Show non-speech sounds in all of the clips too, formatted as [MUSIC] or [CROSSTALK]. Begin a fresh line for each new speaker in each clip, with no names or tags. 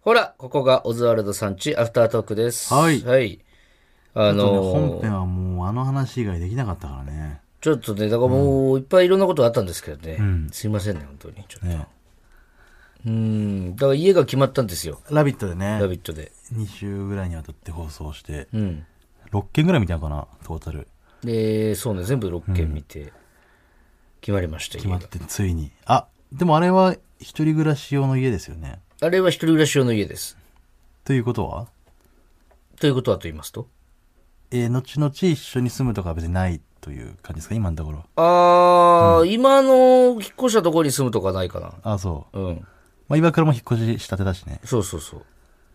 ほら、ここがオズワルドさんち、アフタートークです。
はい
はい。あ
あ
の
の
ー
本編はもうあの話以外できなかったからね。
ちょっとね、だからもういっぱいいろんなことあったんですけどね。
ん
すいませんね、本当に。ちょっと。
ね
うん。だから家が決まったんですよ。
ラビットで
ラ
ね、
ビットで。
2週ぐらいにわたって放送して、
うん。
6件ぐらい見たのかな、トータル。
で、そうね、全部6件見て、決まりました、
決
家
まっ
が。
て、ついに。あ、でもあれは一人暮らし用の家ですよね。
あれは一人暮らし用の家です。
ということは
ということはと言いますと
えー後々一緒に住むとかは別にないという感じですか、今のところ。
あー、今の引っ越したところに住むとかないかな。
あ、そう。
うん。
まあ、岩倉も引っ越ししたてだしね。
そうそうそう。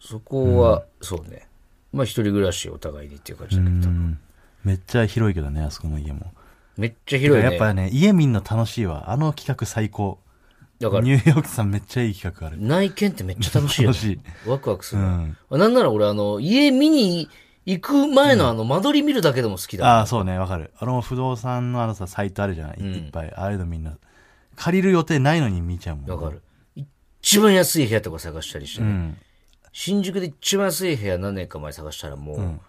そこは、そうね。まあ一人暮らしお互いにっていう感じだけど、
うん。めっちゃ広いけどね、あそこの家も。
めっちゃ広いね。
やっぱね、家見んの楽しいわ。あの企画最高。
だから、
ニューヨークさんめっちゃいい企画ある。
内見ってめっちゃ楽しいよ
楽
ね。
しい。
ワクワクす
う
るな。
ん。
あなんなら俺、あの、家見に行く前のあの、間取り見るだけでも好きだ。
ああ、そうね、わかる。あの、不動産のあのさ、サイトあるじゃない、
ん
いっぱい。ああいうのみんな、借りる予定ないのに見ちゃうもん。
わかる。一番安い部屋とか探したりして
う
ね、
ん。
新宿で一番安い部屋何年か前探したらも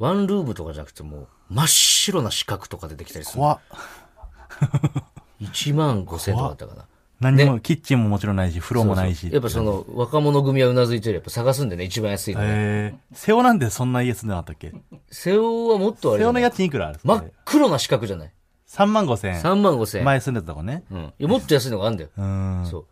う、ワンルームとかじゃなくてもう、真っ白な四角とか出てきたりする。
怖っ。
1万5千とかだったかな。
何にも、キッチンももちろんないし、風呂もないし。
やっぱその、若者組はうなずいてる。やっぱ探すんでね、一番安いのね。
えー、瀬尾なんてそんな家住んでなかったっけ
瀬尾はもっとあれ
瀬
じゃな
尾の
い
家賃いくらある
真っ黒な四角じゃない
?3 万5千
?3 万5千
円。前住んでたとこね。
うん。いや、もっと安いのがあるんだよ。
うん。
そう。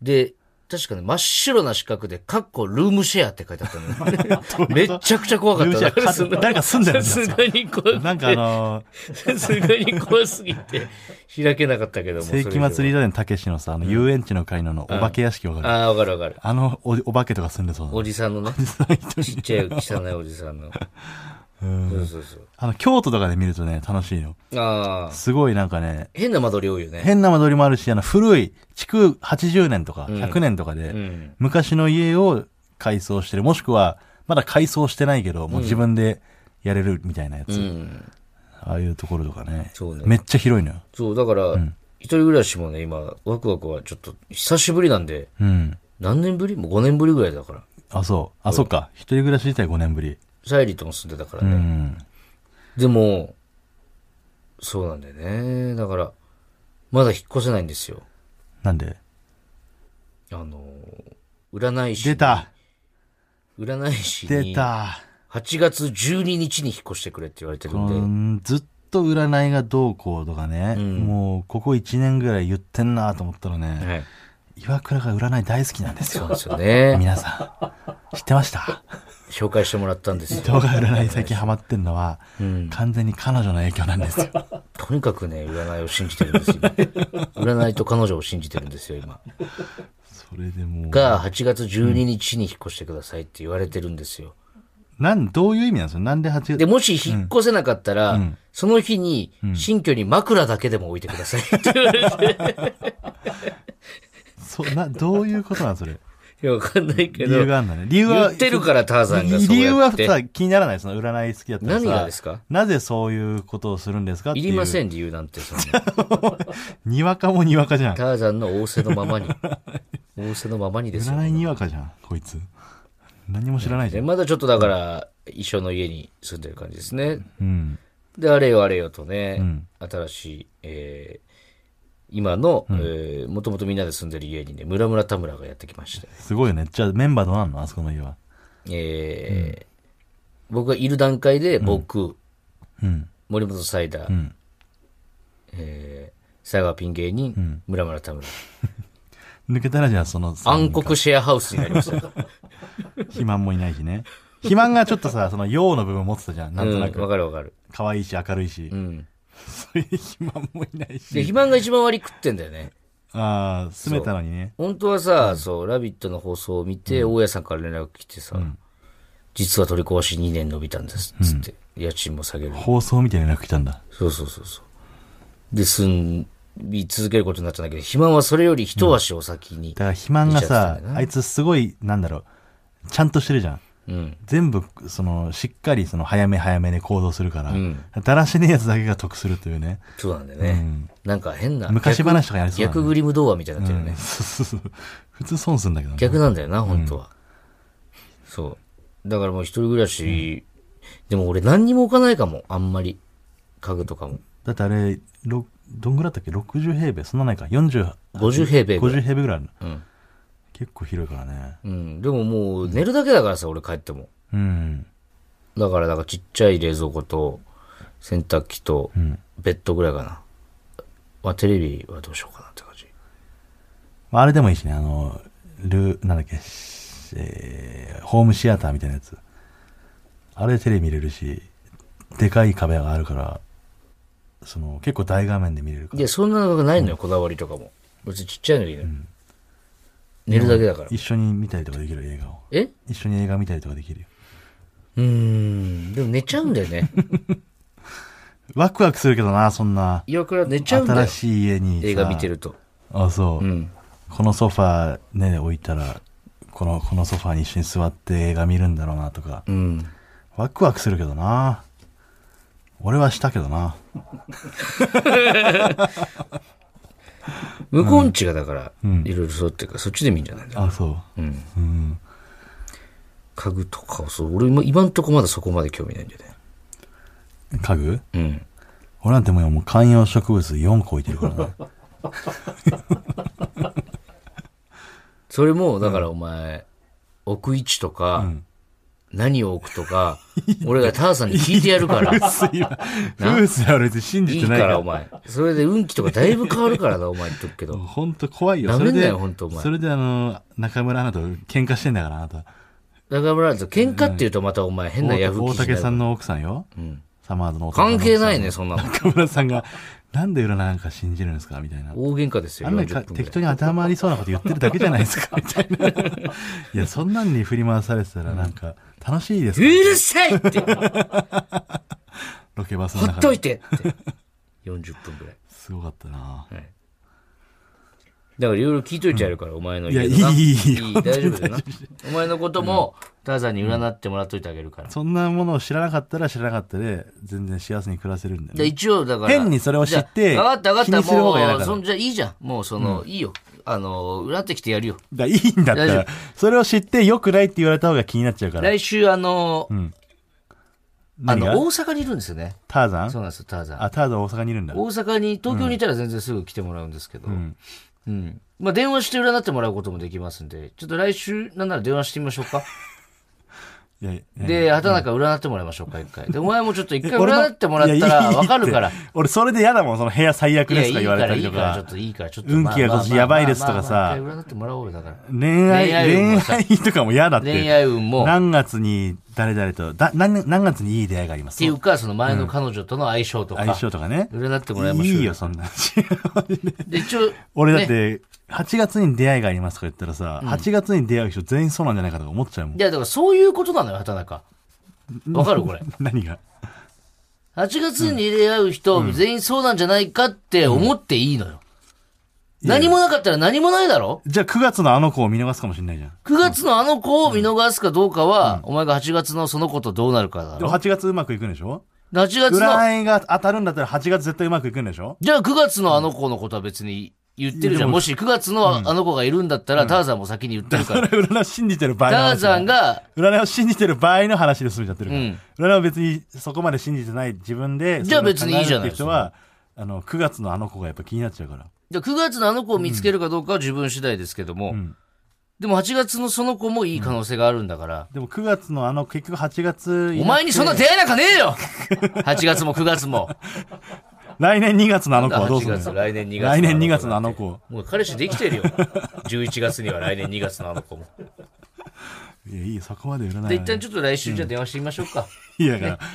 で、確かね、真っ白な四角で、カッコルームシェアって書いてあった
[LAUGHS]
のよ。めっちゃくちゃ怖かった。
ルームシェア
だからその
誰か住んでるん
さ
です
す
よ
がに怖
なん
く
かあ
て、
の
[LAUGHS]
ー、
さすがに怖すぎて、開けなかったけども。
世紀祭り
り。
だね、たけしのさ、あの、遊園地の会のあの、お化け屋敷わかる、
ああ、わかるわかる。
あのお、お化けとか住んでそうな
おじさんのね、ちっちゃい汚いおじさ
[LAUGHS]
んの。そうそうそ
あの、京都とかで見るとね、楽しいよ。
う。ああ、
すごいなんかね、
変な間取り多いよね。
変な間取りもあるし、あの、古い、築80年とか100年とかで、
うん。
昔の家を改装してる、もしくは、まだ改装してないけど、もう自分でやれるみたいなやつ。
うん。
ああいうところとかね。
そうね
めっちゃ広いのよ。
そう、だから、一人暮らしもね、今、ワクワクはちょっと、久しぶりなんで、
うん。
何年ぶりもう5年ぶりぐらいだから。
あ、そう。あ、そっか。一人暮らし自体5年ぶり。
サイリーとも住んでたから
う
ね。
ん。
でも、そうなんだよね。だから、まだ引っ越せないんですよ。
なんで
あの、占い師
出。た
占い師
出
に、8
た
月12日に引っ越してくれって言われてる
うん
で、
んずっと占いがどうこうとかね、もうここ1年ぐらい言ってんなと思ったらね、
はい。
岩倉が占い大好きなんです
そう
よ
なんですよね。
[LAUGHS] 皆さん知ってました
紹介してもらったんです
人
よ。
が占い最近ハマってんのは、
うん
完全に彼女の影響なんですよ
とにかくね、占いを信じてるんですよ。今占いと彼女を信じてるんですよ、今。
それでもう
が、8月12日に引っ越してくださいって言われてるんですよ。
なんどういう意味なんですかなんで8月
で、もし引っ越せなかったら、その日に、新居に枕だけでも置いてくだ
[LAUGHS]
さいって言われて。
そなどういうことなんそれ
いや、わかんない [LAUGHS] け
理
ど。
由があるんだね理由
言
は
ってるから、ターザンがそうやって。
理由はさ気にならないその占い好きだったらさ
何がですか
なぜそういうことをするんですかってい
いうりません、理由なんて。そんな
にわかもにわかじゃん
ターザンの仰せのまま
[LAUGHS]
に。仰せのままにですよ。
占いにわかじゃんこいつ何も知らないじゃ
で
ん、
まだちょっとだから、一緒の家に住んでる感じですね。
うん、
で、あれよあれよとね、
ん
新しい、えー今の、えー、もともとみんなで住んでる家にね、村村田村がやってきまして、
すごいよねじゃあメンバーどうなんのあそこの家は
えー僕がいる段階で、僕、
うん
森本サイダー、
ん
えー、佐川ピン芸人、村村田村。
抜けたらじゃあその
暗黒シェアハウスに [LAUGHS] なりましたよ。
肥満もいないしね肥満がちょっとさその陽の部分持ってたじゃんなんとな
うん
く
わかるわかる。
可愛いし明るいし、
うん。
そういう肥満もいない
で、
し
肥満が一番割り食ってんだよね。
ああ住めたのにね
本当はさ、そう、ラビットの放送を見て、大家さんから連絡来てさ、実は取り壊し2年伸びたんです、つって。家賃も下げる。
放送みたいな連絡来たんだ
そうそうそうそう。で、住み続けることになったんだけど、肥満はそれより一足お先に
だ。から肥満
見
が
ちゃって
さ
たんだな
あいつすごいなんだろうちゃんとしてるじゃん
うん。
全部そのしっかりその早め早めで行動するから、
ん
だらしねえやつだけが得するというね
そうなんだよね。なんか変な。
昔話とかやりそうだね
逆逆グリム童話みたいになってるよね。
そうそうそう。普通損すんだけどね。
逆なんだよな、本当は。そう。だからもう一人暮らし、でも俺何にも置かないかも、あんまり。家具とかも。
だってあれ、ろどんぐらいだったっけ ?60 平米そんなないか ?40、
50平米ぐらい
50平米ぐらいあるの。
うん。
結構広いからね。
うん。でももう寝るだけだからさ、俺帰っても。
うん。
だからなんかちっちゃい冷蔵庫と、洗濯機と
う、ん。
ベッドぐらいかな。まあテレビはどうしようかなって感じ。
まあ、あれでもいいしね、あの、ル、なんだっけ、しえーホームシアターみたいなやつ。あれでテレビ見れるし、でかい壁があるから、その、結構大画面で見れるか
い
ら
や、。そんなのがないのよ、こだわりとかも。別にちっちゃいのでいいのよ。寝るだけだから。
一緒に見たりとかできる映画を。
え
一緒に映画見たりとかできるよ。
うーん。でも寝ちゃうんだよ
[LAUGHS]
ね。
ワクワクするけどな、そんな。
岩倉寝ちゃうんだ
新
よ。
しい家にさ。
映画見てると。
あ、そう。
うん。
このソファーね、置いたら、この、このソファーに一緒に座って映画見るんだろうなとか。
うん。
ワクワクするけどな。俺はしたけどな。
向こうんちがだから、
うん
いろいろそうっていうか、そっちで見んじゃないの
あ、そ
うん。
う。うん。
家具とかをそう、俺今今んとこまだそこまで興味ないんだよね。
家具
うん。
俺なんてもうもう観葉植物4個置いてるからね。
それも、だからお前、置く位置とか、何を置くと
[LAUGHS]
か、俺がターさんに聞いてやるから。
風水は、風水は別に信
い
じ
い
てない
か、
からら。
お前。それで運気とかだいぶ変わるからな、お前言っとくけど。
ほんと怖いよ。
な
そ
め
れ
んな
で
よほんとお前、
それであの、中村アナと喧嘩してんだから、あなた。
中村アナと喧嘩って言うとまたお前変なヤフー
大
記事
竹
に
さ
なる
んの奥さんよ。
うん
サマーズの大竹さんの
関
奥さん
係ないね、。そんなの。
中村さんが、なんで占いなんか信じるんですかみたいな。
大喧嘩ですよ、
あんなにか
40分ぐ
適
らい
当。に頭ありそうなこと言ってるだけじゃないです
[LAUGHS]
か、みたいな。いや、そんなんに振り回されてたらなんか、楽しいです
う
か
るさいって
ロケバスの
ほ
中
っといてって。40分ぐらい。
すごかったな
はい。だからいろいろ聞いといてやるから、お前の
いや、い
家
い、
のない
い、いい。
いい
本当に
大丈夫だよな。お前のことも、ターザンに占ってもらっといてあげるから。
そんなものを知らなかったら知らなかったで、全然幸せに暮らせるんだよ
で
ね。
一応、だから。
変にそれを知って
じゃあ分かった分
気
かっ
にする方が嫌
た。
だ
も
か
う、
ら
そんじゃいいじゃん。もう、その、いいよ。あの、占ってきてやるよ。
だいいんだった
大
ら
丈、
それを知って良くないって言われた方が気になっちゃうから。
来週、あの、あ
何が
の、大阪にいるんですよね。
ターザ
そう
ン
なんですよ、ターザン。
あ、ターザン大阪にいるんだ。
大阪に、東京にいたら全然すぐ来てもらうんですけど。うん。まあ、電話して占ってもらうこともできますんで、ちょっと来週、なんなら電話してみましょうか。
いやいや
で、畑中占ってもらいましょうか、一回。で、お前もちょっと一回
俺も
占ってもらっ
い
た
やいい
ら
って
わかるから。い
俺、それで嫌だもん、その部屋最悪
や、
で
い
す
い
か言
か
われ
ら、
た
い
り
い
と
から、ちょ
か
っ。といいから、ちょっと。
運気が今年やばいですとか
ま
さ
あまあまあまあ一回占ってもらおうよ、だから。
恋愛、
恋愛運も
恋
さ
愛とかも嫌だって。
恋愛運も、っ
何月に誰々と、だ何、何月にいい出会いがあります
ていうか、その前の彼女との相性とか、
相性とかね。
占ってもらいま
い
しょう。
いよ、。そんな。
で、一応、
俺だっ
ね
て、8月に出会いがありますとか言ったらさ、8月に出会う人全員そうなんじゃないかとか思っちゃうもん
い。や、だからそういうことなのよ、畑中。わかるこれ。
何が
8月に出会う人、全員そうなんじゃないかって思っていいのよ。何もなかったら何もないだろ
じゃあ9月のあの子を見逃すかもしれないじゃん。
9月のあの子を見逃すかどうかは、お前が8月のその子とどうなるかだ
で
ろ
も。8月うまくいくんでしょ
8月の、
占いが当たるんだったら8月絶対うまくいくんで
[LAUGHS]
しょ
じゃあ9月のあの子のことは別に言ってるじゃ
いやで
ん。
も
もし9月のあの子がいるんだったら、ターザンも先に言ってるか
[LAUGHS] そ
ら。
れ占いを信じてる場合の
ター
話だ
ザンが、
占いを信じてる場合の話で済んじゃってるから、
うん
占いを別にそこまで信じてない自分で
じゃあ別にいいじゃない
それを考えるって人はあの9月のあの子がやっぱ気になっちゃうから
じゃあ9月のあの子を見つけるかどうかは自分次第ですけども、
ん
でも8月のその子もいい可能性があるんだから、
でも9月のあの結局8月
お前にそんな
の
出会いなんかねえよ [LAUGHS] !8 月も9月
[LAUGHS]
も。
来年2月のあの子はどうす
8
る
月、
のよ
来年2月。
来年2月のあの子。
もう彼氏できてるよ。11月には来年2月のあの子も。
いやいいよそこまで占いは
で、一旦ちょっと来週じゃあ電話してみましょうか。
いやだから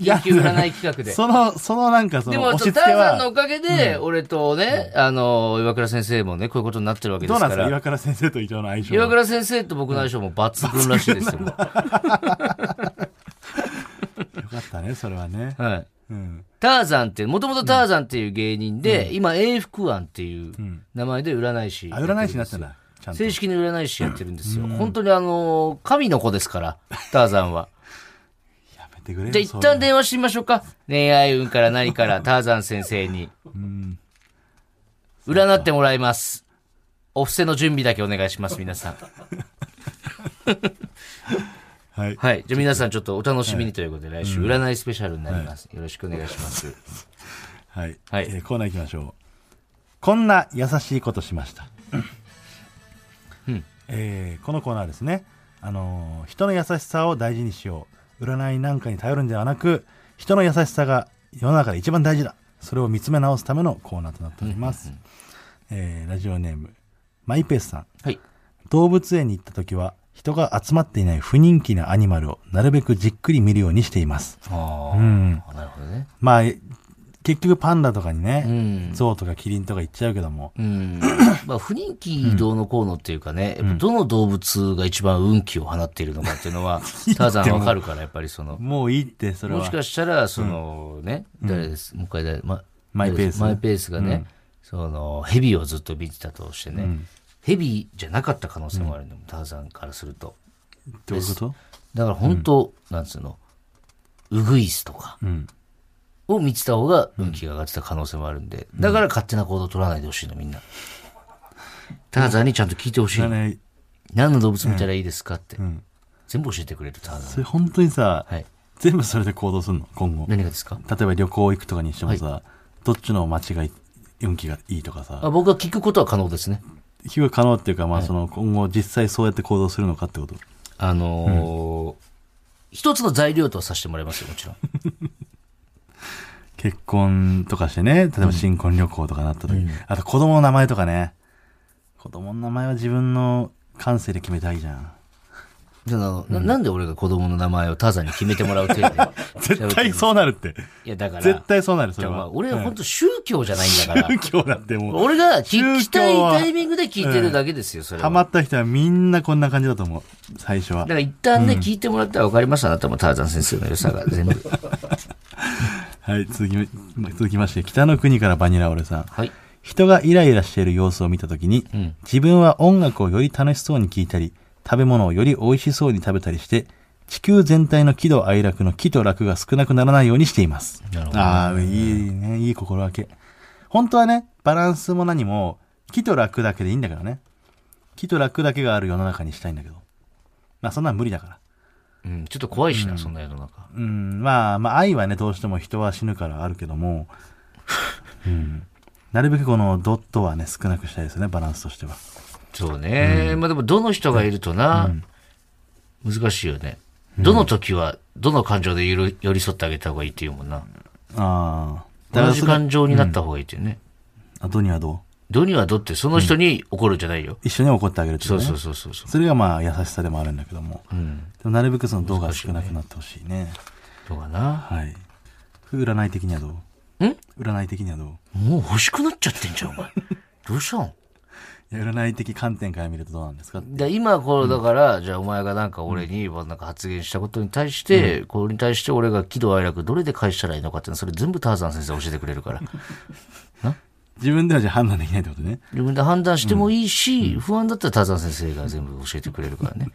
いや
緊急占い企画で。
そのそのなんかそ
で
の
も、
押
ちょ
し
っとタ
付け
ーザンの
は
おかげで、俺とね、あの、岩倉先生もね、こういうことになってるわけで
どう
す
なん
か
です
ら。
か岩倉先生と伊藤の相性は
岩倉先生と僕の相性も抜群らしいですよ。
よかったねそれはね、
[LAUGHS] はい。
うん、
ターザンって、もともとターザンっていう芸人で、今、永福庵っていう名前で占い師。
あ占い師になってんだちゃんと
正式に占い師やってるんですよ。本当にあの、神の子ですから、ターザンは。
やめてくれよ
じゃあ
そ
一
ういう
旦電話してみましょうか。恋愛運から何から、ターザン先生に。占ってもらいます。お布施の準備だけお願いします、皆さん。
はい。
はい。じゃあ皆さんちょっとお楽しみにということで、来週占いスペシャルになります。よろしくお願いします。
はい。
はい
えーコーナー行きましょう。こんな優しいことしました。
うん
えーこのコーナーですね。あのー人の優しさを大事にしよう。占いなんかに頼るんではなく、人の優しさが世の中で一番大事だ。それを見つめ直すためのコーナーとなっております。えーラジオネーム、マイペースさん。
はい。
動物園に行った時は、人が集まっていない不人気なアニマルをなるべくじっくり見るようにしています。
あ
うん。
あ、なるほどね。
まあ、え結局パンダとかにね、
うん。
象とかキリンとか行っちゃうけども、
うん。まあ、不人気どうのこうのっていうかね、やっぱどの動物が一番運気を放っているのかっていうの [LAUGHS] は、ターザンわかるから、やっぱりその、
もういいって、それは。
もしかしたら、そのね、誰です、もう一回誰、ま、
マイペース
マイペースがね、その、ヘビをずっと見てたとしてね、ヘビじゃなかった可能性もあるの、ターザンからすると。
どういうこと
だから本当、なんつうの、ウグイスとか
うん。
を見てた方が運気が上がってた可能性もあるんで、だから勝手な行動を取らないでほしいの、みんな。ターザンにちゃんと聞いてほしいの。
占い、
何の動物見たらいいですかって。
ん
全部教えてくれる、ターザン。
それ本当にさ、
はい。
全部それで行動するの、今後。例
何がですか
えば旅行行くとかにしてもさ、どっちの街がい運気がいいとか
あ
さ、
僕は聞くことは可能ですね。
非は可能っていうか、まあその今後実際そうやって行動するのかってこと。
あのー一つの材料とはさせてもらいますよ、もちろん。
結婚とかしてね、例えば新婚旅行とかなった時、あと子供の名前とかね、子供の名前は自分の感性で決めたいじゃん。
[LAUGHS] じゃああのななんで俺が子供の名前をターザンに決めてもらう [LAUGHS] 程度
絶対そうなるって。
いや、だから、
絶対そうなる、
じ
そ
ゃあ
れ
まあ
は。
俺は本当宗教じゃないんだ
[LAUGHS]
から。
宗教だってもう、
俺が聞きたい
宗教は
タイミングで聞いてるだけですよ、それ
ハ
は。
マった人はみんなこんな感じだと思う、最初は
だか。ら一旦ね、聞いてもらったら分かりました、あなたもターザン先生の良さが全部。
はい、続き、続きまして、北の国からバニラオレさん。
はい。
人がイライラしている様子を見たときに、
うん
自分は音楽をより楽しそうに聴いたり、食べ物をより美味しそうに食べたりして、地球全体の喜怒哀楽の喜と楽が少なくならないようにしています。
なるほど
ああ、いいね、いい心がけ。本当はね、バランスも何も、喜と楽だけでいいんだからね。喜と楽だけがある世の中にしたいんだけど。まあそんなん無理だから。
うん、ちょっと怖いしな、そんな世の中。
うん、まあ、まあ愛はね、どうしても人は死ぬからあるけ
[LAUGHS]
ども、うん、なるべくこのドットはね、少なくしたいですね、バランスとしては。
そうね。まあでも、どの人がいるとな、難しいよね。どの時は、どの感情で寄り寄り添ってあげた方がいいっていうもんな。
ああ。
同
だから
じ
それ、
感情になった方がいいっていうね。
あとにはど
どにはどって、その人に怒るんじゃないよ。
う一緒に怒ってあげるってい
そう
ね。
そうそうそうそう。
それがまあ、優しさでもあるんだけども。
うん。
でもなるべくその度が少なくなってほしいね。
どうかな。
はい。占い的にはど
ん
う占い的にはどう
もう欲しくなっちゃってんじゃん、お [LAUGHS] 前。どうしたん
いや占い的観点から見るとどうなんですか
で今こうだから、じゃあお前がなんか俺になんか発言したことに対して、これに対して俺が喜怒哀楽どれで返したらいいのかっていうのそれ全部ターザン先生教えてくれる [LAUGHS] から
自分ではじゃあ判断できないってことね。
自分で判断してもいいし、不安だったらターザン先生が全部教えてくれるからね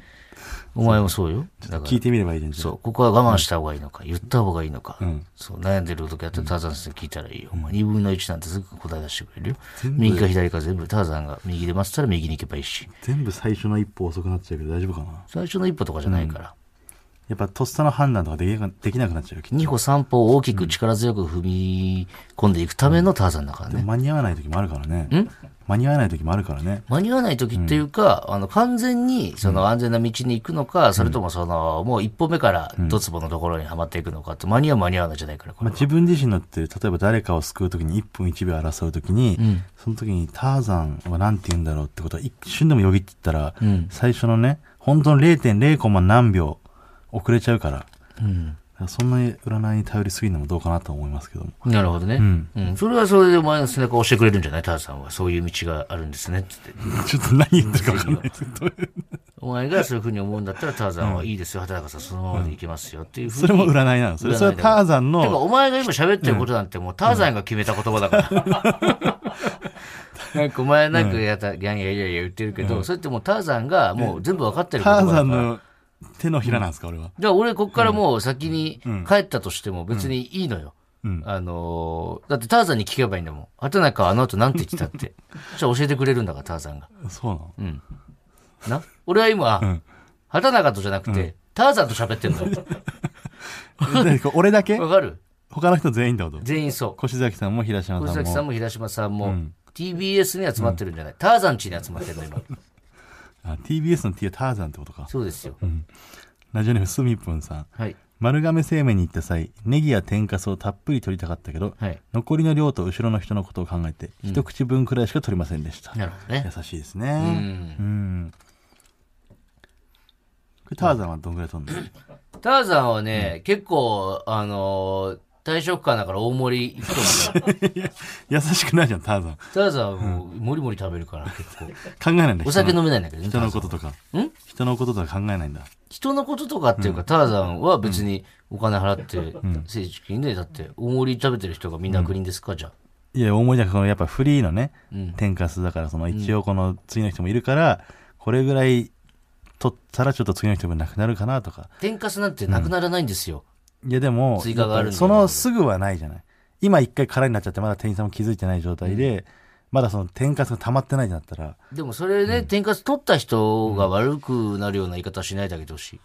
お前もそうよだか
聞
ら
いてみればいいじゃん。
そうここは我慢した方がいいのか、言った方がいいのか、
ん
そう悩んでる時あったらターザン先生聞いたらいいよ、お前2分の1なんてすぐ答え出してくれるよ右か左か全部ターザンが右で待ってたら右に行けばいいし
全部最初の一歩遅くなっちゃうけど大丈夫かな
最初の一歩とかじゃないから、
やっぱとっさの判断とかできなくできなくなっちゃうよきっと
2歩3歩を大きく力強く踏み込んでいくためのターザンだからね。
間に合わない時もあるからね。間に合わない時もあるからね。
間に合わない時っていうか、あの、完全に、その安全な道に行くのか、それともその、もう一歩目からドツボのところにはまっていくのかって、間に合う間に合わないじゃないから、こ
まあ、
れ。
自分自身のって、例えば誰かを救う時に1分1秒争う時に、その時にターザンは何て言うんだろうってことは一瞬でもよぎってったら、
うん
最初のね、本当の0.0コマ何秒遅れちゃうから、だ
うん。
からそんなに占いに頼りすぎるのもどうかなと思いますけ [LAUGHS] ども。
なるほどね。うん。それはそれでお前の背中を押してくれるんじゃないターザンは。そういう道があるんですね。 [LAUGHS] つって。
ちょっと何言ってるか分かんないですけど、
お前がそういうふうに思うんだったら、ターザンは、いいですよ、畑中さん、そのままで行けますよ。っていうふうに。
[LAUGHS] それも占いなの。それそれはターザン
てか、
の、
お前が今喋ってることなんてもうターザンが決めた言葉だから。
[LAUGHS]
なんかお前なんかやった、ギャンやいやいや言ってるけど、それってもうターザンがもう全部分かってるこ
タ
とだ
ー
か
ザ
ら。
ンの手のひらなんですか、俺は。
じゃあ俺こっからもう先に帰ったとしても別にいいのよ。あのーだってターザンに聞けばいいんだもん。畑中はあの後なんて言ってた [LAUGHS] って。そしたら教えてくれるんだから、ターザンが。
そうなの
な俺は今、畑中とじゃなくて、ターザンと喋ってん [LAUGHS] の。
[LAUGHS] でこう俺だけ
わかる
他の人全員ってこと
全員そ
越崎さんも平島さん
う。
も
小崎さんも平島さんも、TBS に集まってるんじゃない、ターザンチに集まってるの、今。
あ TBS の T はターザンってことか
そうですよ。
ラジオネームすみぷんさん
はい。
丸亀製麺に行った際ネギや天かすをたっぷり取りたかったけど、
はい
残りの量と後ろの人のことを考えて一口分くらいしか取りませんでした、
なるほどね。
優しいですねうんこれターザンはどんぐらい取
[LAUGHS]
るの、
ターザンはね、結構、あのー、大食感だから大盛り行くと思うよ。
優しくないじゃんター
[LAUGHS]
ザン
ターザンはもう、もりもり食べるから、結構。
考えないんだ
お酒飲
人の
めないんだけどね。
人のこ
ターザン
ととか
ん
人のこととか考えないんだ
人のこととかっていうか、ターザンは別にお金払って、政治金で、だって、大盛り食べてる人がみんなグリーンですか、じゃあ。
いや思いじゃなくてそのやっぱフリーのね、
うん
天かすだからその一応この次の人もいるから、これぐらい取ったらちょっと次の人分なくなるかなとか
天かすなんてなくならないんですよ。
いやでも、
追加があるんだよ
そのすぐはないじゃない。今一回空になっちゃって、まだ店員さんも気づいてない状態で、まだその天かすが溜まってないってなったら、
でもそれね、天かす取った人が悪くなるような言い方はしないであげてほしい。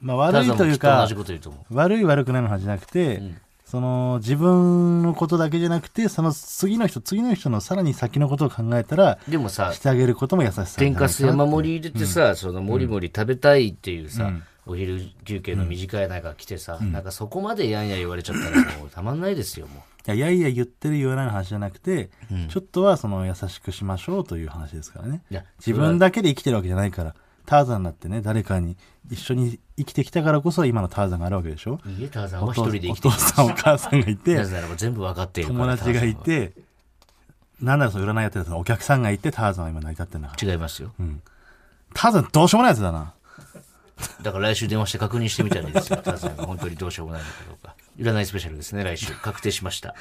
まあ
ター
悪い
ザン
と
も
い
き
う
っと同
か
じ、こと言うと思う。
悪い悪くないの話じゃなくて、その自分のことだけじゃなくて、その次の人、次の人のさらに先のことを考えたら、
でもさ
し、てあげることも優しさなんじゃな
天
い
かす山
な
盛り入れてさ、そのもりもり食べたいっていうさ、お昼休憩の短い中来てさ、なんかそこまでやんや言われちゃったらもうたまんないですよ、もう。
いやいやいや言ってる言わないの話じゃなくて、ちょっとはその優しくしましょうという話ですからね
いや。
自分だけで生きてるわけじゃないから、ターザンだってね、誰かに一緒に生きてきたからこそ今のターザンがあるわけでしょ。
いいえ、ターザン
お
は一
父
人で生きて
お父さんお母さんがい
る。な
て、
ぜならば全部わかっているか
友
ら。
達がい
ター
て、なんだろうその占いやってたそのお客さんがいて、ターザンは今成り立ってんだから。
ザンは違いますよ。
ターザンどうしようもないやつだな。
だから来週電話して確認してみたらいい
[LAUGHS]
ですよ。ターザンが本当にどうしようもないのかどうか。占いスペシャルですね、来
[LAUGHS]
週。確定しました。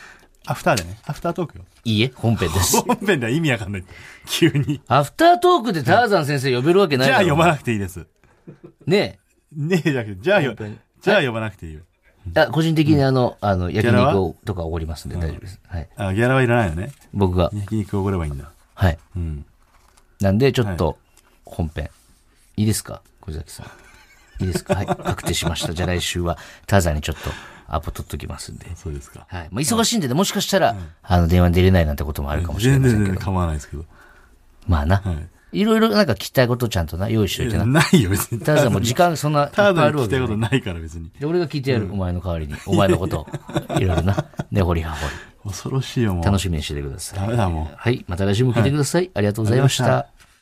アフターでね。アフタートークよ。
いいえ、本編です。
本編では意味わかんない。急に。
アフタートークでターザン先生呼べるわけない
じゃ
だ
あ
ろ
呼ばなくていいです。
ね
ねえじゃなくて、じゃあよ
本編、
じゃあ呼ばなくていいよ。
え。あ、個人的にあの、あの、焼
ギャラ
肉
は
をとかおごりますんで大丈夫です。はい。
あ、ギャラはいらないよね。
僕が。
焼肉おごればいいんだ。
はい。
うん。
なんで、ちょっと、本編、い。いですか小崎さん。いいですかはい。確定しました。じゃあ来週は、ターザンにちょっと、アポ取っときますんで。
そうですか。
はい。まあ、忙しいんでね、もしかしたら、あの、電話に出れないなんてこともあるかもしれ
全
ませ
然
んけ
全然
ど。
構わないですけど。
まあな。。
はい
ろいろなんか聞きたいことちゃんとな、用意しといてな。
ないよ、別に。
ターザンも時間そんな、いっぱ
[LAUGHS] た
いあ
だ
る
聞
わけ
きたい
じゃ
こ
ない
とないから、別に。
で、俺が聞いてやる。お前の代わりに。お前の
[LAUGHS]
ことを。いろいろな。ねほりはほり。
恐ろしいよ、もう。
楽しみにしててください。
ダメだ、もう。
はい。また来週も聞いてください。ありがとうございまし
ありがとうございました
た。